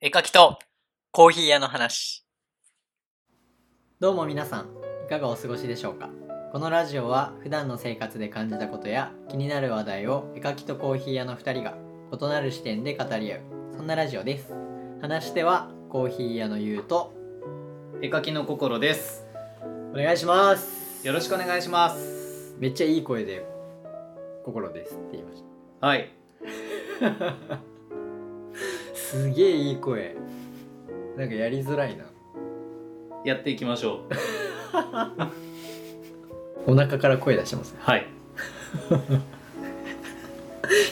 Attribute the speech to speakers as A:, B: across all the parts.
A: 絵描きとコーヒー屋の話。
B: どうも皆さんいかがお過ごしでしょうかこのラジオは普段の生活で感じたことや気になる話題を絵描きとコーヒー屋の2人が異なる視点で語り合うそんなラジオです話し手はコーヒー屋のゆうと
C: 絵描きの心です
B: お願いします
C: よろしくお願いします
B: めっちゃいい声で心ですって言いまし
C: はい
B: たすげえいい声なんかやりづらいな
C: やっていきましょう
B: お腹から声出してます
C: はい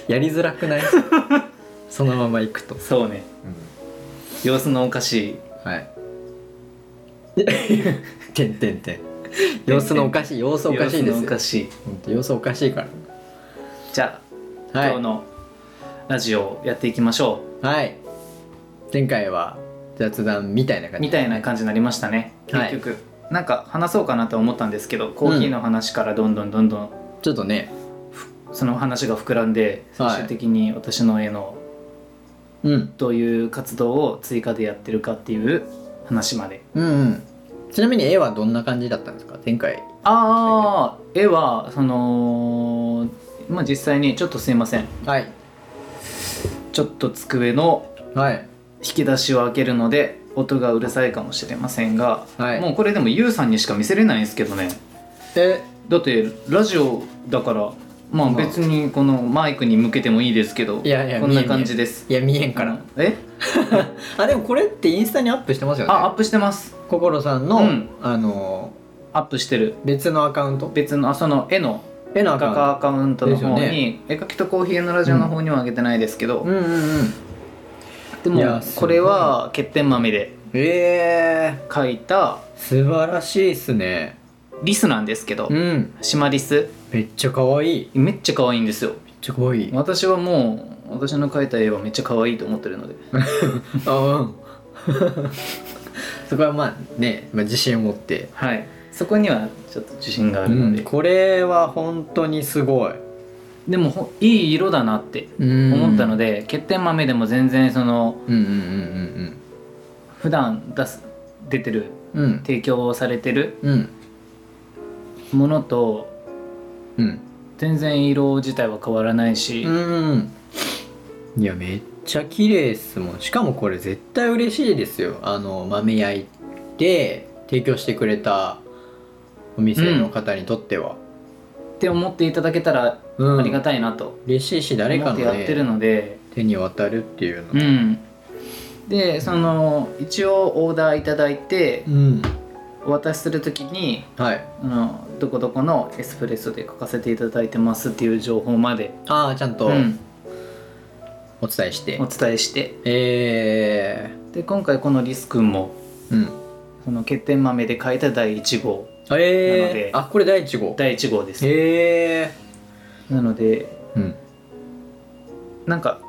B: やりづら くないそのまま行くと、
C: そうね様子のおかしい
B: はい。てんてんてん。様子のおかしい、様子おかしいで
C: 様
B: す
C: 子のお
B: よ
C: か。しい
B: ほんと様子おかしいから。
C: じゃあ、
B: はい
C: 今日のラジオをやっていきましょ
B: はい。前回は雑談みたいな
C: う
B: 感じ。
C: みたいな感じになりましたね
B: はい
C: 結局、なんか話そうかなと思ったんですけどコーヒーの話からどんどんどんどん
B: ちょっとね。
C: その話が膨らんで
B: はい
C: 最終的に私の絵の
B: うん。
C: どういう活動を追加でやってるかっていう話まで
B: うんうん。ちなみに絵はどんな感じだったんですか前回。
C: ああ絵はそのまあ実際にちょっとすいません
B: はい。
C: ちょっと机の
B: はい。
C: 引き出しを開けるので音がうるさいかもしれませんが、
B: はい
C: もうこれでもゆうさんにしか見せれないんですけどね
B: え、
C: だってラジオだから
B: ま
C: まあ
B: あ
C: 別にこのマイクに向けてもいいですけど
B: いやいや
C: こんな感じです
B: いや見えんから。
C: え
B: あ、でもこれってインスタにアップしてますよね。
C: あアップしてます
B: 心さんの、
C: うん
B: あの
C: アップしてる
B: 別のアカウント
C: 別のあその絵の
B: 絵の
C: 画
B: アカウン
C: 家アカウントの方
B: ですよ
C: に、絵描きとコーヒーのラジオの方には上げてないですけど、
B: ト。うんうんうん。い
C: でも
B: やすごい
C: これは欠点豆で
B: ええ
C: 書いた
B: 素晴らしいっすね
C: リスなんですけど
B: ん
C: シマリス
B: めっちゃ可愛い
C: めっちゃ可愛いんですよ
B: めっちゃ可愛い
C: 私はもう私の描いた絵はめっちゃ可愛いと思ってるので
B: あうん そこはまあね、まあ、自信を持って、
C: はいそこにはちょっと自信があるので、
B: これは本当にすごい
C: でもほいい色だなって思
B: 思
C: ったので、欠点豆でも全然その
B: うんうん
C: 普段出す出てる
B: うんうんうん
C: 提供されてる
B: うん
C: ものと
B: うん
C: 全然色自体は変わらないし、
B: うんうんいやめっちゃ綺麗っすもんしかもこれ絶対嬉しいですよあの豆焼いて提供してくれたお店の方にとっては、
C: って思っていただけたら
B: うん
C: ありがたいなと
B: 嬉しいし誰
C: 思
B: か
C: っ
B: の、
C: て
B: ね、
C: やってるので。
B: 手に渡るっていうの
C: うん、でその一応オーダーいただいて
B: うん
C: お渡しする時に
B: はい
C: あのどこどこのエスプレッソで書かせていただいてますっていう情報まで、
B: ああちゃんと
C: うん
B: お伝えして、
C: お伝えして
B: え
C: で今回このリス君も
B: ー、うん
C: その欠点豆で書いた第1号なの
B: え
C: で
B: ー、あこれ第1号
C: 第1号です
B: え
C: なので
B: ー、うん
C: なんか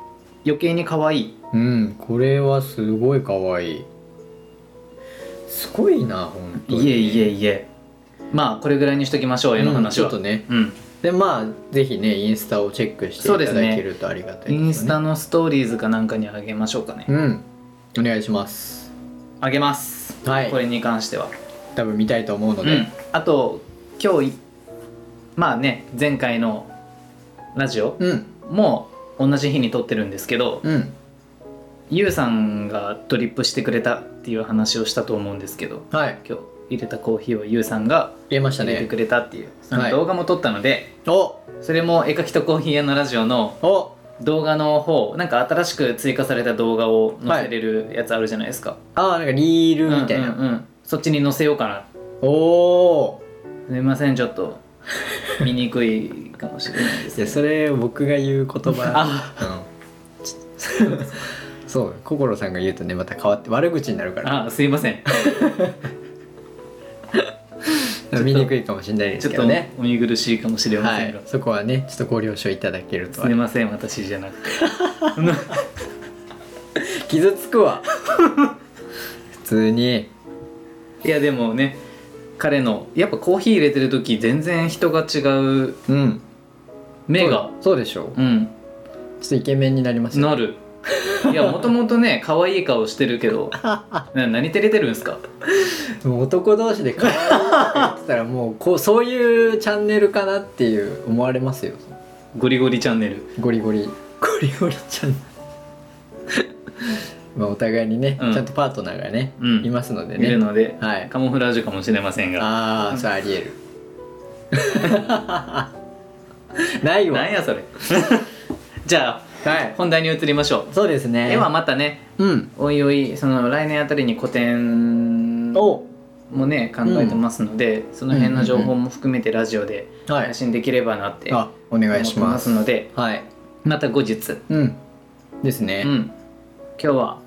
C: 余計に可愛い
B: うんこれはすごい可愛いすごいな本当に
C: いえいえいえまあこれぐらいにしときましょう絵の話は、
B: うんちょっとね
C: うん
B: でまあぜひねインスタをチェックしてい
C: そうで
B: た
C: す
B: だ
C: ね
B: けるとありがたいです、ね、
C: インスタのストーリーズかなんかにあげましょうかね
B: うんお願いします
C: あげます、
B: はい
C: これに関しては
B: 多分見たいと思うの
C: う
B: で、
C: ん、あと今日いまあね前回のラジオ
B: うん
C: も同じ日に撮ってるんですけど、
B: うん
C: ゆうさんがドリップしてくれたっていう話をしたと思うんですけど
B: はい
C: 今日入れたコーヒーをゆうさんが
B: 言えました
C: 入れて
B: ね
C: くれたっていう、そ
B: は
C: の
B: い
C: 動画も撮ったので、
B: お
C: それも絵描きとコーヒー屋のラジオの
B: お
C: 動画の方なんか新しく追加された動画を載せれるやつあるじゃないですか、
B: ああなんかリールみたいな、
C: うんうんうんそっちに載せようかな
B: おお
C: すいませんちょっと見にくいかもしれないです
B: いやそれ僕が言う言葉
C: あ
B: うんち そう心さんが言うとねまた変わって悪口になるから
C: あすいませんと
B: 見にくいかもしれないで
C: ち
B: す
C: ょっ
B: け
C: と
B: どね
C: お見苦しいかもしれま
B: は
C: せんが、
B: いそこはねちょっとご了承いただけると
C: すいません私じゃなくて
B: 傷つく わ普通に
C: いやでもね彼のやっぱコーヒー入れてる時全然人が違う
B: うん
C: 目が
B: そうそうでしょう
C: うん
B: ちょっとイケメンになりましたね
C: なるいやもともとね可愛い顔してる けどな何照れてるんですか
B: もう男同士で可愛いとか言ってたらもうこうそういうチャンネルかなっていう思われますよ
C: ゴリゴリチャンネル
B: ゴリゴリゴリゴリチャンネル まあお互いにね、
C: うん
B: ちゃんとパートナーがね、
C: うん
B: いますので
C: 見
B: ね
C: るので、
B: はい
C: カモフラージュかもしれませんが
B: ああそれありえる ないわ
C: なんやそれ じゃ
B: はい
C: あ本題に移りましょう
B: そうですね
C: 絵はまたね
B: うん
C: おいおいその来年あたりに個展
B: お
C: もね考えてますので、その辺の情報も含めてラジオで
B: は
C: 配
B: い
C: 信できればなって思っ
B: あお願いしてま
C: ますすので
B: はい
C: また後日、
B: うんです
C: う
B: ね、
C: ん、今日は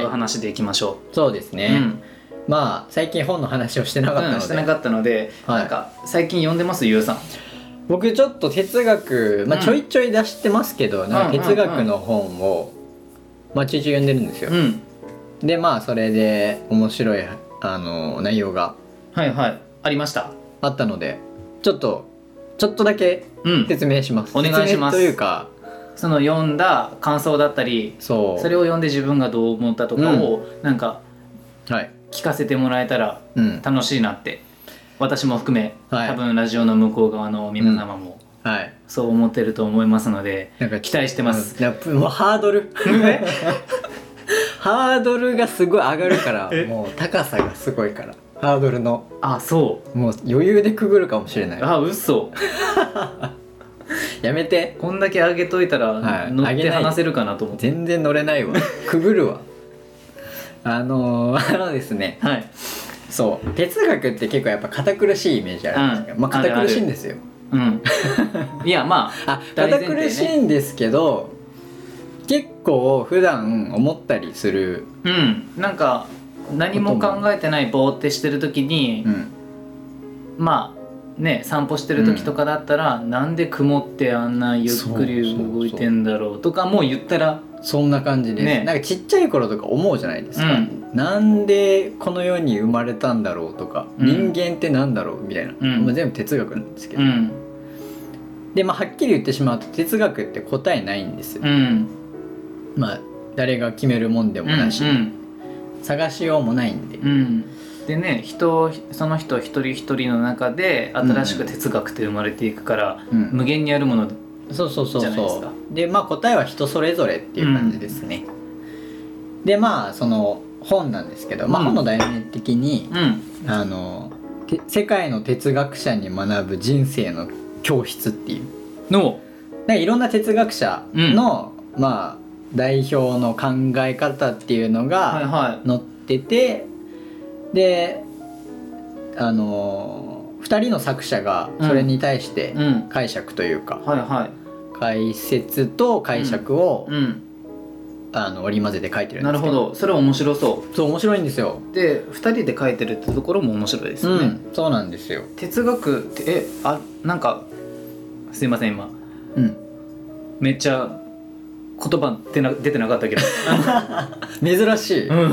C: 違う話でいきましょ
B: そうです
C: う、
B: ね、
C: うん
B: まあ最近本の話をしてなかったの
C: うん
B: で、
C: してなかったので、
B: はい
C: なんか最近読んでますゆうさん
B: 僕ちょっと哲学、まあ、
C: うん
B: ちょいちょい出してますけど、なんか哲
C: うんうん
B: 学
C: うん
B: の本を、まあ、ちょいちょい読んでるんですよ、
C: ん
B: でまあそれで面白いあの内容が
C: はいはいありました
B: あったのでちょっとちょっとだけ
C: うん
B: 説明します、
C: お願いします
B: 説明というか
C: その読んだ感想だったり
B: そう
C: それを読んで自分がどう思ったとかを、なんか
B: はい
C: 聞かせてもらえたら
B: うん
C: 楽しいなって私も含め、
B: はい
C: 多分ラジオの向こう側の皆様も
B: はい
C: そう思ってると思いますので、
B: なんか
C: 期待してます、
B: うんやっぱもうハード ル ハードルがすごい上がるから
C: え
B: もう高さがすごいからハードルの
C: あそ
B: もう余裕でくぐるかもしれな
C: う
B: い
C: あ嘘
B: やめて
C: こんだけ上げといたら、
B: はい
C: 乗
B: 上
C: っ
B: げ
C: て
B: ない
C: 話せるかなと思って
B: 全然乗れ ないわくぐるわあのー、あ のですね
C: はい
B: そう哲学って結構やっぱ堅苦しいイメージあるんですよ、
C: うん
B: まあ
C: あるあ
B: 堅
C: る
B: 苦しいんですよ
C: うん いやま
B: あ
C: 大
B: 堅
C: 前提ね
B: 苦しいんですけど、結構普段思ったりする、
C: あうんなんか何も考えてないぼーってしてる時に、
B: うん、
C: まあね散歩してる時とかだったら、なんで雲ってあんなゆっくり動いてんだろうとかもう言ったら
B: そんな感じです、
C: ね
B: なんかちっちゃい頃とか思うじゃないですか、
C: うん
B: なんでこの世に生まれたんだろうとか、
C: う
B: 人
C: ん
B: 間ってなんだろうみたいな、
C: うん
B: まあ、全部哲学なんですけ
C: う
B: ど、
C: ん
B: で、まあ、はっきり言ってしまうと哲学って答えないんですよ、
C: うん
B: まあ誰が決めるもんでもなし、
C: うん
B: 探しようもないんで、
C: うんでね人その人一人一人の中で新しく哲学って生まれていくから、
B: うん
C: 無限にあるもの
B: そうそうそう
C: じゃないです
B: そ
C: か
B: うでまあ答えは人それぞれっていう感じですね、でまあその本なんですけど、まあ、
C: うん
B: 本の題名的に、
C: うん
B: あのて世界の哲学者に学ぶ人生の教室っていう
C: の
B: なんかいろんな哲学者の、まあ代表の考え方っていうの
C: はい
B: が
C: は
B: 載ってて、であの2人の作者がそれに対して
C: いうん
B: 解釈というか、
C: はいはい
B: 解説と解釈を、
C: うん
B: あの織り交ぜて書いてるん
C: な
B: ですけど
C: るほどそれ面白そ
B: そう面白いんですよ、
C: うで2人で書いてるってところも面白いです
B: う
C: よね、
B: ん、そうなんですよ、
C: 哲学ってえあなんかすいません今
B: うん、
C: めっちゃ言葉出な出てな かったけどあ
B: 珍しい、
C: のうん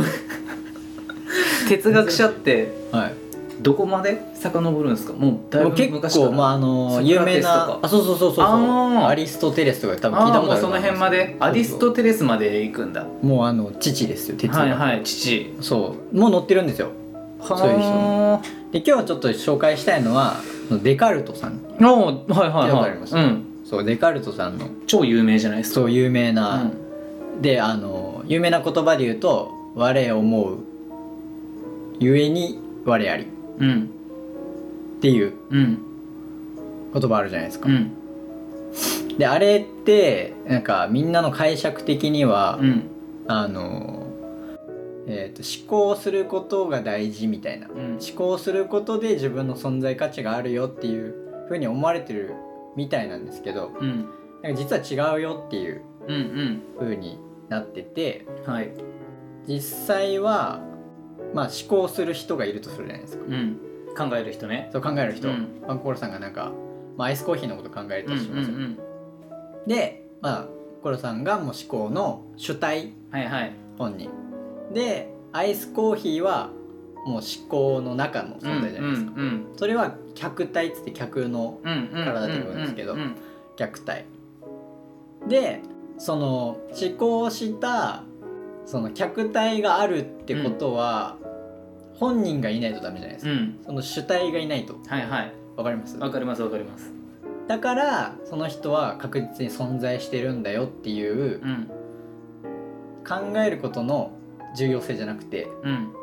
C: 哲学者って
B: はい
C: どこまで遡るんですかもうだい
B: もう
C: ぶ
B: 結
C: 昔から
B: 構まああの
C: ソク
B: 有
C: ラ
B: 名
C: テスと
B: な
C: か
B: あそうそうそうそう
C: あのー
B: アリストテレスとか多分聞い
C: あ
B: た
C: あ
B: こ
C: も
B: とあ
C: う
B: ると
C: そ
B: 思
C: の
B: いす
C: 辺までアリストテレスまで行くんだ
B: もうあの父ですよ哲学、
C: はいはい父
B: そうもう載ってるんですよそういう人で今日はちょっと紹介したいのはデカルトさん
C: 人おはいは
B: わ
C: い
B: か
C: はい
B: りました
C: うん、
B: そうデカルトさんの
C: 超有名じゃないですか
B: そう有名
C: う
B: な、
C: ん
B: であの有名な言葉で言うと「我思うゆえに我あり」
C: うん
B: っていう
C: うん
B: 言葉あるじゃないですか、
C: うん
B: であれってなんかみんなの解釈的には、
C: うん
B: あの、えー、と思考することが大事みたいな
C: うん
B: 思考することで自分の存在価値があるよっていう風に思われてるみたいなんですけど
C: うん
B: なんか実は違うよっていう
C: うん
B: 風になってて
C: うんはい
B: 実際は、まあ、思考する人がいるとするじゃないですか
C: うん考える人ね
B: そう考える人、
C: うん
B: バンコロさんがなんか、まあ、アイスコーヒーのこと考えるとしますよ、
C: ん
B: で、まあ、コロさんがもう思考の主体
C: はいはい
B: 本人でアイスコーヒーはもう思考の中の存在じゃないですか、
C: うんうん
B: それは客体っつって客の
C: うんうんうんうん
B: 体ということですけど
C: うん
B: 虐待でその思考したその客体があるってことは、本人がいないとダメじゃないです
C: う
B: か、
C: ん
B: その主体がいないと
C: はいはい
B: わかります
C: わかりますわかります
B: だからその人は確実に存在してるんだよっていう
C: うん
B: 考えることの重要性じゃなくて
C: うん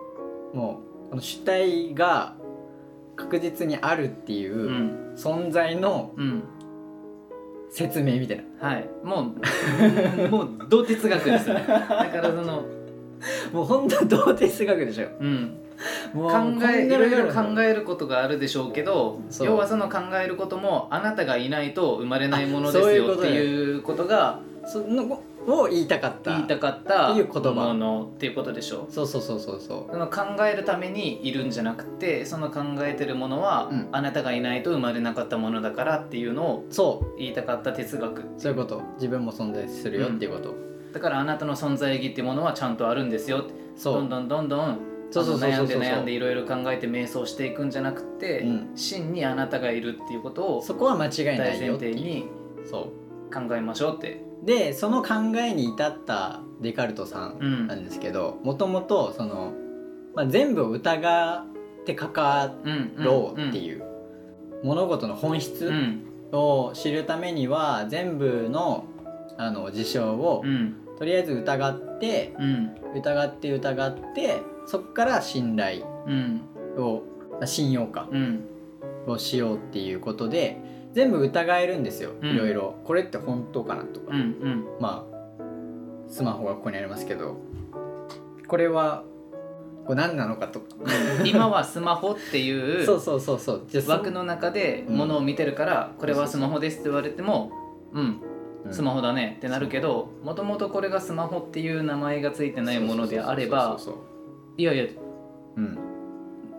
B: もうこの主体が確実にあるっていううん存在の
C: うん
B: 説明みたいな、
C: はいもう もうど哲学ですねだからその
B: もうほんと童貞数学でしょ
C: うん
B: もう
C: 考えいろいろ
B: こん
C: 考
B: な
C: えることがあるでしょうけど
B: そう
C: 要はその考えることもあなたがいないと生まれないもので
B: あそ
C: す
B: ういう
C: よ
B: こ
C: っ
B: と
C: て
B: ね
C: いうことが
B: そのを言いたかった
C: 言いたかった
B: っ
C: も
B: ていう言葉
C: のっていうことでしょう
B: そうそうそうそうそう
C: その考えるためにいるんじゃなくてその考えてるものは、
B: うん
C: あなたがいないと生まれなかったものだからっていうのを
B: そう
C: 言いたかった哲学
B: そういうこと自分も存在するよっていうこと、
C: だからあなたの存在意義ってものはちゃんとあるんですよって
B: そう
C: どんどんどんどん
B: そうそうそう
C: あ
B: そう
C: の悩んで
B: そう
C: 悩んでいろいろ考えて瞑想していくんじゃなくて、
B: うん
C: 真にあなたがいるっていうことを
B: そこは間違いな
C: 大
B: い
C: 前
B: よって
C: 提
B: いう
C: に
B: そ
C: 考えましょうって
B: うでその考えに至ったデカルトさん
C: ん
B: なんですけどもともとその、まあ、全部を疑ってかか
C: うん
B: ろうっていう、物事の本質
C: うん
B: を知るためには全部のあの事象を
C: うん
B: とりあえず疑って
C: うん
B: 疑って疑ってそこから信頼
C: うん
B: をあ信用か
C: うん
B: をしようっていうことで全部疑えるんですよ
C: うん
B: いろいろ、これって本当かなとか、
C: うんうん
B: まあスマホがここにありますけどこれはこれ何なのかとか、
C: 今はスマホっていう
B: そうそうそうそうじゃあそ
C: 枠の中でものを見てるから、これはスマホですって言われてもうん
B: うん
C: スマホだねってなるけどもともとこれがスマホっていう名前がついてないものであれば
B: そうそう
C: いやいや
B: そうそううん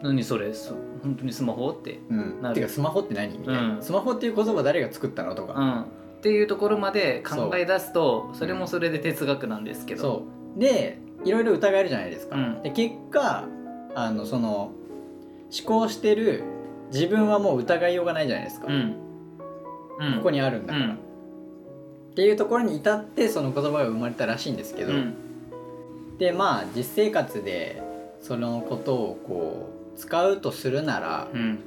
C: 何それそ本当にスマホって
B: うん
C: なる
B: てかスマホって何みたいな、
C: うん
B: スマホっていう言葉誰が作ったのと
C: う
B: か、
C: んっていうところまで考え出すとそれもそれで哲学なんですけど
B: そうでいろいろ疑えるじゃないですか、
C: うん
B: で結果あのその思考してる自分はもう疑いようがないじゃないですか、
C: うんうん
B: ここにあるんだから、っていうところに至ってその言葉が生まれたらしいんですけど、
C: うん
B: でまあ実生活でそのことをこう使うとするなら、
C: うん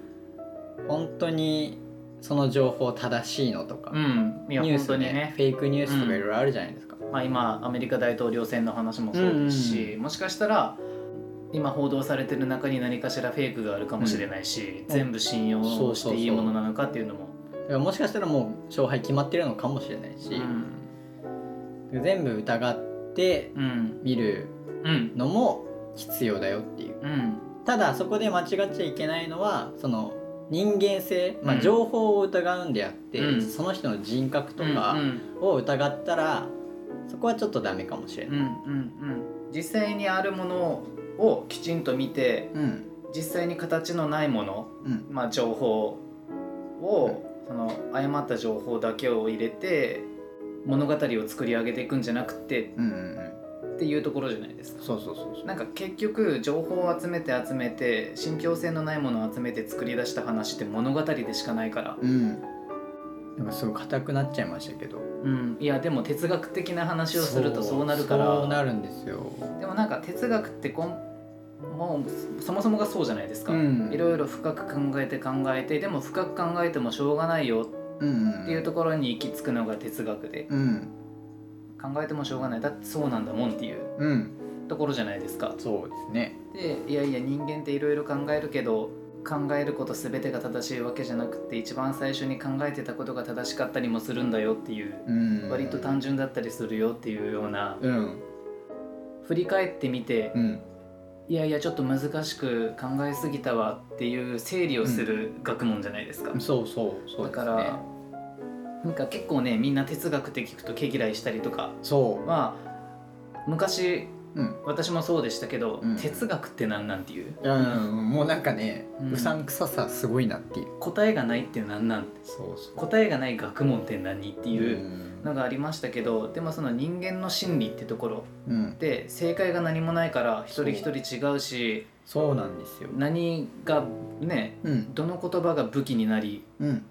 B: 本当にその情報正しいのとか、
C: うん、いや
B: ニュー
C: 本
B: ス
C: 当
B: で
C: にね、
B: フェイクニュースとかいろいろあるじゃないですか、
C: まあ、今アメリカ大統領選の話もそうですし、
B: うん
C: もしかしたら今報道されてる中に何かしらフェイクがあるかもしれないし、
B: うん
C: 全部信用
B: そう
C: し
B: そうそう
C: ていいものなのかっていうのも、
B: だからもしかしたらもう勝敗決まってるのかもしれないし、全部疑って
C: うん
B: 見る
C: うん
B: のも必要だよっていう
C: うん
B: ただそこで間違っちゃいけないのはその人間性、ま
C: う
B: あ、
C: ん
B: 情報を疑うんであって、
C: うん
B: その人の人格とか
C: うん
B: を疑ったらそこはちょっとダメかもしれ
C: うんう
B: ない。
C: んうん実際にあるものをきちんと見て
B: うん
C: 実際に形のないもの
B: うん
C: まあ、情報を、その誤った情報だけを入れて物語を作り上げていくんじゃなくて
B: うんうん
C: っていうところじゃないですか。
B: そうそうそうそう
C: なんか結局情報を集めて集めて信憑性のないものを集めて作り出した話って物語でしかないから、
B: うんなんかすごい硬くなっちゃいましたけど
C: うん、いやでも哲学的な話をするとそうなるか
B: そうな
C: ら
B: るんですよ
C: でもなんか哲学ってこんもうそもそもがそうじゃないですか、
B: うん
C: いろいろ深く考えて考えてでも深く考えてもしょうがないよ
B: うん
C: っていうところに行き着くのが哲学で
B: うん
C: 考えてもしょうがないだってそうなんだもんっていう
B: うん
C: ところじゃないですか。
B: そうですね
C: でいやいや人間っていろいろ考えるけど考えること全てが正しいわけじゃなくて一番最初に考えてたことが正しかったりもするんだよっていう
B: うん
C: 割と単純だったりするよっていうような
B: うん
C: 振り返ってみて
B: うん
C: いやいやちょっと難しく考えすぎたわっていう整理をする学問じゃないですか。
B: そうそうそうで
C: だか
B: す
C: ら
B: ね
C: なんか結構ねみんな哲学って聞くと毛嫌いしたりとか
B: そ
C: まあ昔
B: ううん
C: 私もそうでしたけど、
B: うん
C: 哲学って何なんていう
B: うん、もうなんかね、
C: うん
B: うさんくささすごいなっていう
C: 答えがないって何なんて
B: そうそ
C: 答えがない学問って何って
B: う
C: いう
B: う
C: のがありましたけどでもその人間の心理ってところ
B: うん、
C: で正解が何もないから一
B: そう
C: 人一人違うし
B: そうなんですよ
C: 何がね
B: うん
C: どの言葉が武器になり
B: うん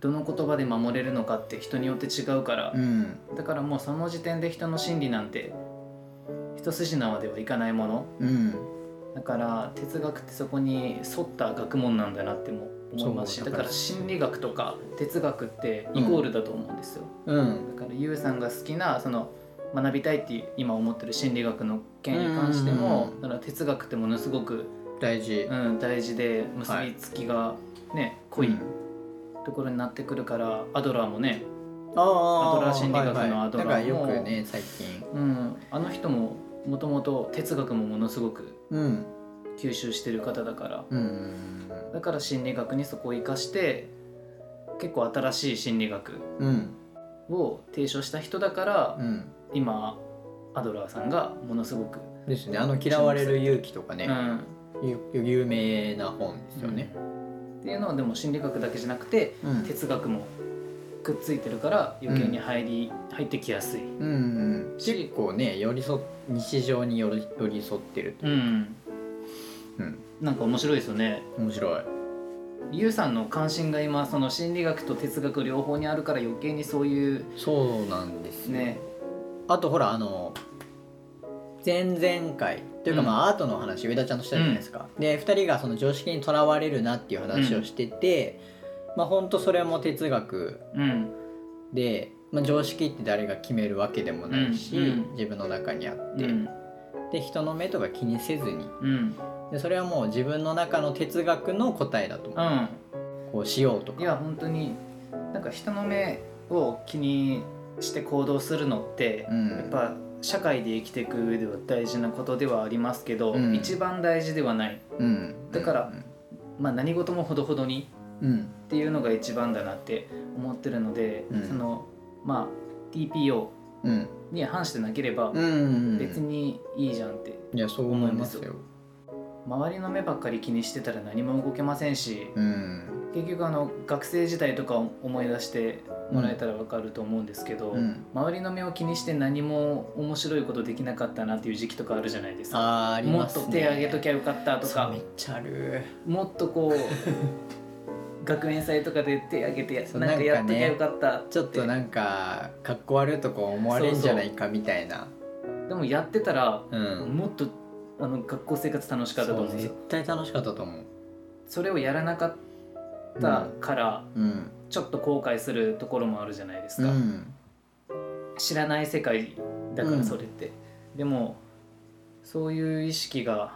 C: どの言葉で守れるのかって人によって違うから
B: う、ん
C: だからもうその時点で人の心理なんて一筋縄ではいかないもの
B: うん
C: だから哲学ってそこに沿った学問なんだなっても思います
B: そ
C: し
B: う
C: だ
B: だか
C: からら心理学とか哲学ってイコールだと思うんですよ、
B: うん
C: だからゆうさんが好きなその学びたいって今思ってる心理学の件に関しても
B: うんうんうん
C: だから哲学ってものすごく、
B: 大事、
C: うん、大事で結びつきがね、濃い
B: うん
C: ところになってくるからアドラーもね、
B: あ
C: アドラー心理学のアドラーも
B: はいはい、なんかよくね最近
C: うん、あの人ももともと哲学もものすごく
B: うん
C: 吸収してる方だから
B: うんうん
C: だから心理学にそこを生かして結構新しい心理学
B: うん
C: を提唱した人だから、
B: うん
C: 今アドラーさんがものすごく、
B: ですねあの「嫌われる勇気」とか
C: う
B: ね、
C: ん、
B: ゆ有名な本ですよね、
C: っていうのはでも心理学だけじゃなくて
B: うんうん
C: 哲学もくっついてるから余計に入り、入ってきやすい。
B: うん結構ね寄り添っ日常に寄り寄り添ってると
C: う、
B: いうんうん
C: なんか面白いですよね。
B: 面白い
C: ゆうさんの関心が今その心理学と哲学両方にあるから余計にそういう
B: そうなんですね
C: ね、
B: あとほらあの前々回というか
C: うん
B: まあアートの話上田ちゃんとしたじゃないですか、で2人がその常識にとらわれるなっていう話をしてて、まあほんとそれも哲学
C: うん、
B: で、まあ、常識って誰が決めるわけでもないし、
C: うんうん
B: 自分の中にあって、
C: うん、
B: で人の目とか気にせずに
C: うん、
B: でそれはもう自分の中の哲学の答えだと思う
C: うん。
B: こうしようと
C: い
B: か
C: や本当になんか人の目を気にして行動するのって、
B: うん
C: やっぱ社会で生きていく上では大事なことではありますけど、
B: うん
C: 一番大事ではない、
B: うん
C: だからまあ、何事もほどほどに
B: うん
C: っていうのが一番だなって思ってるので、
B: うん
C: そのまあ TPO
B: うん
C: に反してなければ
B: うんうん
C: 別にいいじゃんって、
B: いやそう思いますよ
C: 周りの目ばっかり気にしてたら何も動けませんし、
B: うん
C: 結局あの学生時代とかを思い出してもらえたらわかると思うんですけど、
B: うん
C: 周りの目を気にして何も面白いことできなかったなっていう時期とかあるじゃないですか。
B: あーあり
C: も
B: ま
C: っ
B: す
C: と
B: ね
C: 手挙げときゃよかったと
B: そう
C: か
B: めっちゃある
C: もっとこう 学園祭とかで手挙げてや
B: そう
C: なんかやっ
B: なん
C: と
B: か
C: き
B: ね
C: ゃよかったて
B: ちょっとなんかかっこ悪いとこ思われんじゃないかみたいな
C: でもやってたら
B: うん
C: もっとあの学校生活楽しかったと思うん
B: そう
C: ですよ
B: 絶対楽しかったと思う
C: それをやらなかったから
B: うん
C: ちょっと後悔するところもあるじゃないです
B: う
C: か、
B: ん
C: 知らない世界だか
B: う
C: ら
B: ん
C: それって、でもそういう意識が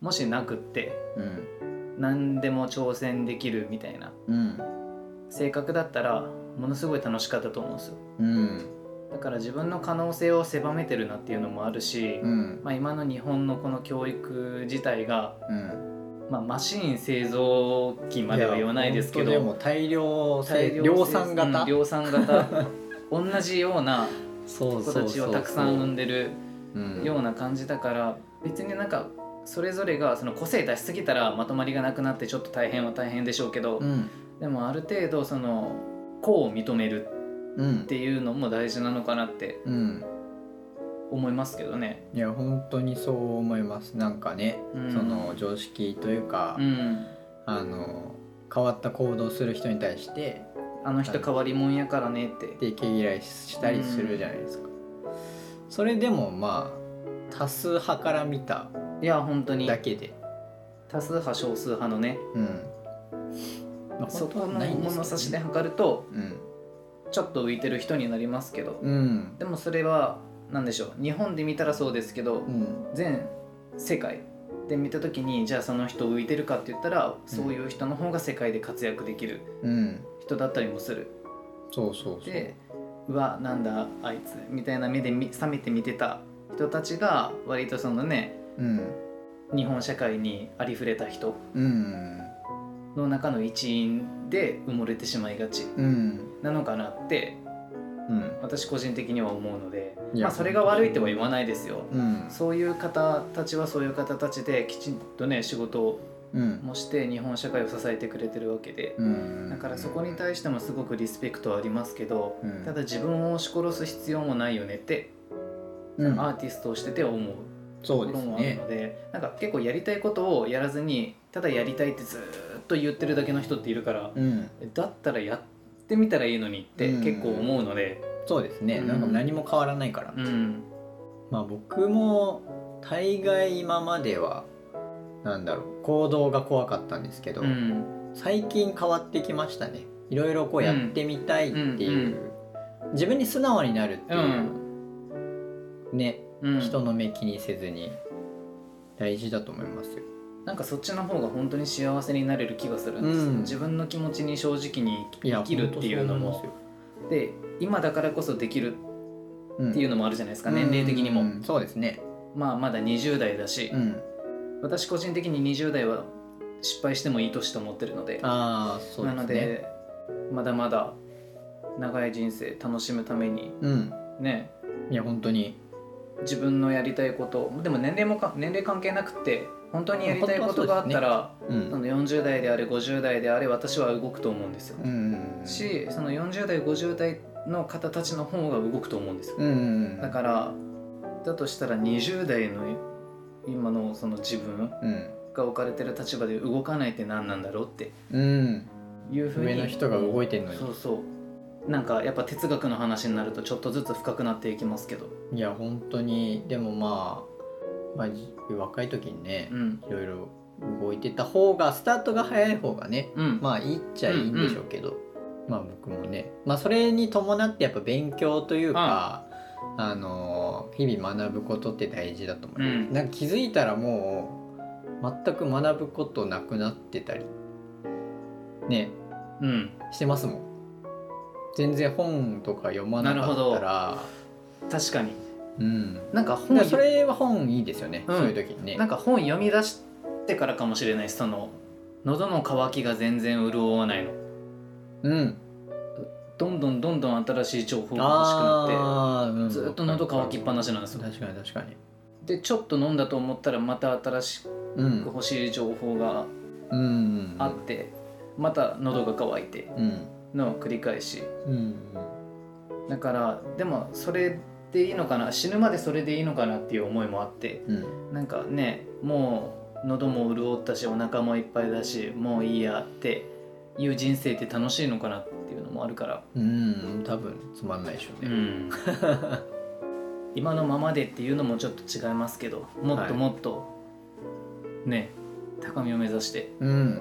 C: もしなくって
B: うん
C: 何でも挑戦できるみたいな
B: うん
C: 性格だったらものすごい楽しかったと思うんですよ
B: うん
C: だから自分の可能性を狭めてるなっていうのもあるし、
B: うん
C: まあ、今の日本のこの教育自体が、
B: うん
C: まあ、マシン製造機までは言わないですけ
B: や
C: ど
B: 本当でも大量生
C: 大
B: 量産型
C: うん量産 型同じような
B: そう
C: 子
B: そ
C: た
B: う
C: ち
B: そ
C: を
B: う
C: たくさん産んでる
B: うん
C: ような感じだから別になんかそれぞれがその個性出しすぎたらまとまりがなくなってちょっと大変は大変でしょうけど、
B: うん
C: でもある程度その個を認める
B: うん
C: っていうのも大事なのかなって
B: うん
C: 思いますけどね。
B: いや本当にそう思いますなんかね、
C: うん
B: その常識というか、
C: うん、
B: あの変わった行動する人に対して
C: あの人変わりもんやからねって。
B: で毛嫌いしたりするじゃないですか、それでもまあ多数派から見た
C: いや本当に
B: だけで、
C: 多数派少数派のね
B: うんまあ
C: そこの
B: 本当はないんですけどね
C: 物差しで測ると
B: うん
C: ちょっと浮いてる人になりますけど、
B: うん
C: でもそれは何でしょう日本で見たらそうですけど、
B: うん
C: 全世界で見た時にじゃあその人浮いてるかって言ったらそういう人の方が世界で活躍できる
B: うん
C: 人だったりもする。
B: そうそうそう
C: でうわなんだあいつみたいな目で見冷めて見てた人たちが割とそのね
B: うん
C: 日本社会にありふれた人
B: うん
C: の中の一員で埋もれてしまいがち
B: うん
C: なのかなって
B: うん
C: 私個人的には思うので
B: いや
C: まあそれが悪いとは言わないですよ。
B: うん
C: そういう方たちはそういう方たちできちんとね仕事を
B: うん
C: もして日本社会を支えてくれてるわけで
B: うん
C: だからそこに対してもすごくリスペクトはありますけど、
B: うん
C: ただ自分を押し殺す必要もないよねって、
B: うん
C: アーティストをしてて思う
B: そ
C: と
B: うで
C: ころ
B: す
C: もある
B: ね
C: のでなんか結構やりたいことをやらずにただやりたいってずーっと言ってるだけの人っているから
B: うん
C: だったらやってみたらいいのにって結構思うので、
B: そうですね、
C: うん
B: なんか何も変わらないから、
C: うん
B: まあ僕も大概今まではなんだろう行動が怖かったんですけど、
C: うん
B: 最近変わってきましたねいろいろこうやってみたいっていう、自分に素直になるって
C: う
B: いう、
C: ん
B: ね
C: うん、
B: 人の目気にせずに大事だと思いますよ
C: なんかそっちの方が本当に幸せになれる気がするんですよ、
B: うん
C: 自分の気持ちに正直に
B: いや
C: 生きるっていうのも
B: 本
C: で今だからこそできる
B: 当そう思いますよ
C: っていうのもあるじゃないですか、年齢的にも、
B: うんうんそうですね
C: まあまだ20代だし、
B: うん
C: 私個人的に20代は失敗してもいい年と思ってるので
B: ああそう
C: な
B: ですね
C: のでまだまだ長い人生楽しむために
B: うん
C: ね
B: いや本当に
C: 自分のやりたいことでも年齢もか年齢関係なくて本当にやりたいことがあったら、
B: う
C: そ
B: ん
C: の40代であれ50代であれ私は動くと思うんですよ、
B: うんうんうん
C: しその40代50代の方たちの方が動くと思うんですよ、
B: うんうん
C: だからだとしたら20代の今のその自分
B: らうん
C: が置かれてる立場で動かないって何なんだろうって
B: うん
C: いうふうに
B: 上の人が動いてんのに
C: そうそうなんかやっぱ哲学の話になるとちょっとずつ深くなっていきますけど
B: いや本当にでもまあ、まあじ、若い時にね
C: うん
B: いろいろ動いてた方がスタートが早い方がね
C: うん
B: まあいいっちゃいいんでしょうけど、まあ僕もねまあそれに伴ってやっぱ勉強というか、あのー日々学ぶことって大事だと思います、
C: うん
B: なんか気づいたらもう全く学ぶことなくなってたりね
C: うん
B: してますもん全然本とか読まなかったら
C: 確かに
B: うん
C: なんか
B: だ
C: 本
B: からそれは本いいですよね、
C: うん
B: そういう時にね
C: なんか本読み出してからかもしれないその喉の渇きが全然潤わないの
B: うん
C: どんどんどんどん新しい情報が欲しくな
B: あーう
C: っ
B: ん
C: てずっと喉乾きっぱなしなんですよ
B: 確かに確かに
C: でちょっと飲んだと思ったらまた新しく
B: うん
C: 欲しい情報が
B: うんうん
C: あって、また喉が渇いて
B: うん
C: の繰り返し
B: うん
C: だからでもそれでいいのかな死ぬまでそれでいいのかなっていう思いもあって
B: うん
C: なんかねもう喉も潤ったしお腹もいっぱいだしもういいやっていう人生って楽しいのかなっていうのもあるから、
B: うん多分つまんないでしょうね、
C: 今のままでっていうのもちょっと違いますけどもっともっと、ね高みを目指して
B: うん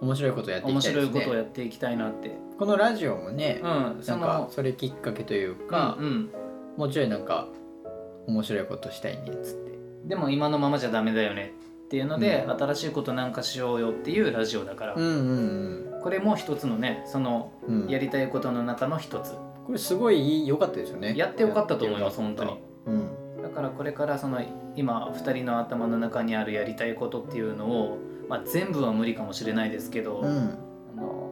B: 面白いことやってい
C: 面
B: きたい
C: 白
B: で
C: い
B: すね
C: ことをやっていきたいなって。
B: このラジオもね、
C: うん、
B: な
C: そ
B: んか
C: の
B: それきっかけという
C: が
B: か、、
C: うん
B: もうちょいなんか面白いことしたいねっつって
C: でも今のままじゃダメだよねっていうので、
B: うん
C: 新しいことなんかしようよっていうラジオだから、
B: うんうん
C: これも一つのねその
B: うんうん
C: やりたいことの中の一つ、
B: これすごいいい良かったですよね
C: やってよかったと思います
B: やっ
C: 本
B: てよか
C: 当に
B: っ
C: だからこれからその今2人の頭の中にあるやりたいことっていうのを、まあ、全部は無理かもしれないですけど、
B: たうん、
C: あの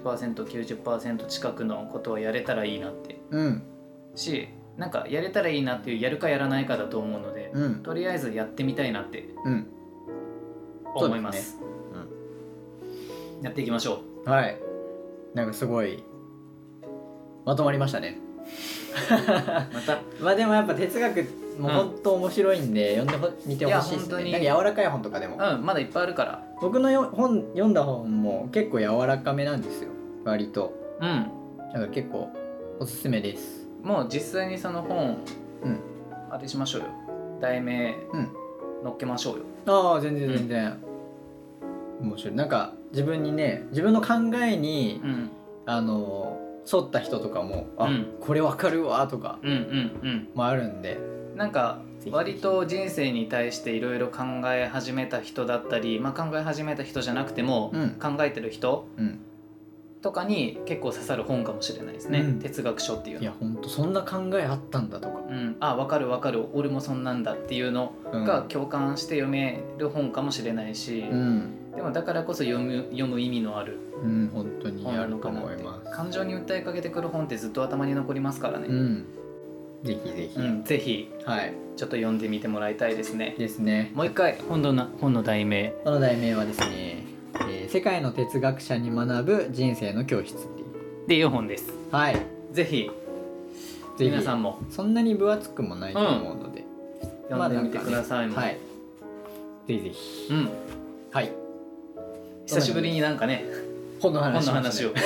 C: 80%90% 近くのことはやれたらいいなって
B: うんうん
C: しなんかやれたらいいなっていうやるかやらないかだと思うので、
B: うん
C: とりあえずやってみたいなって
B: うん
C: 思います
B: そうで
C: やっていきましょ
B: はいなんかすごいまとまりましたね
C: うまた
B: まあでもやっぱ哲学も本当面白いんで、読んでほ見てほしいです
C: いや本当
B: ね
C: に
B: なんか柔らかい本とかでも、
C: うんまだいっぱいあるから
B: 僕のよ本読んだ本も結構柔らかめなんですよ割と
C: うん
B: だから結構おすすめです
C: もう実際にその本、
B: うん
C: あれしましょうよ題名
B: うん
C: 載っけましょうよ
B: ああ全然全然、面白いなんか自分にね自分の考えに、
C: うん
B: あの沿った人とかも「あ、
C: うん
B: これわかるわ」とか
C: うんうん
B: もあるんで
C: うんなんか
B: ぜひ
C: 割と人生に対していろいろ考え始めた人だったり、まあ、考え始めた人じゃなくても、
B: うん
C: 考えてる人
B: うん
C: とかに結構刺さる本かもしれないですね、
B: うん
C: 哲学書っていう
B: い
C: の
B: やほんとそんな考えあったんだとか、
C: うん、あ分かる分かる俺もそんなんだっていうの
B: うん、
C: が共感して読める本かもしれないし、
B: うん
C: でもだからこそ読む読む意味のある
B: うん本当に
C: 本な
B: ある
C: の
B: と
C: かな
B: 思
C: っ
B: い
C: て
B: ます
C: 感情に訴えかけてくる本ってずっと頭に残りますから
B: う
C: ね、
B: んぜひぜひ、
C: うん、ぜひ
B: はい
C: ちょっと読んでみてもらいたいですね
B: ですね
C: もう一回本のな本の題名
B: この題名はですね、えー世界の哲学者に学ぶ人生の教室」っていう
C: で4本です
B: はい
C: ぜひ
B: ぜひ
C: 皆さんも
B: そんなに分厚くもないと思うので、
C: 読んでみてくださいも、
B: はいぜひぜひ
C: うん、
B: はい
C: 久しぶりになんかね
B: 本の
C: 本
B: 話
C: の話を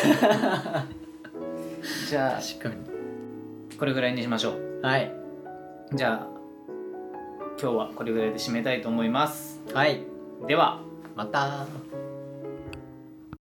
C: じゃあ
B: 確かに
C: これぐらいにしましょう
B: はい
C: じゃあ今日はこれぐらいで締めたいと思います
B: はい
C: では
B: また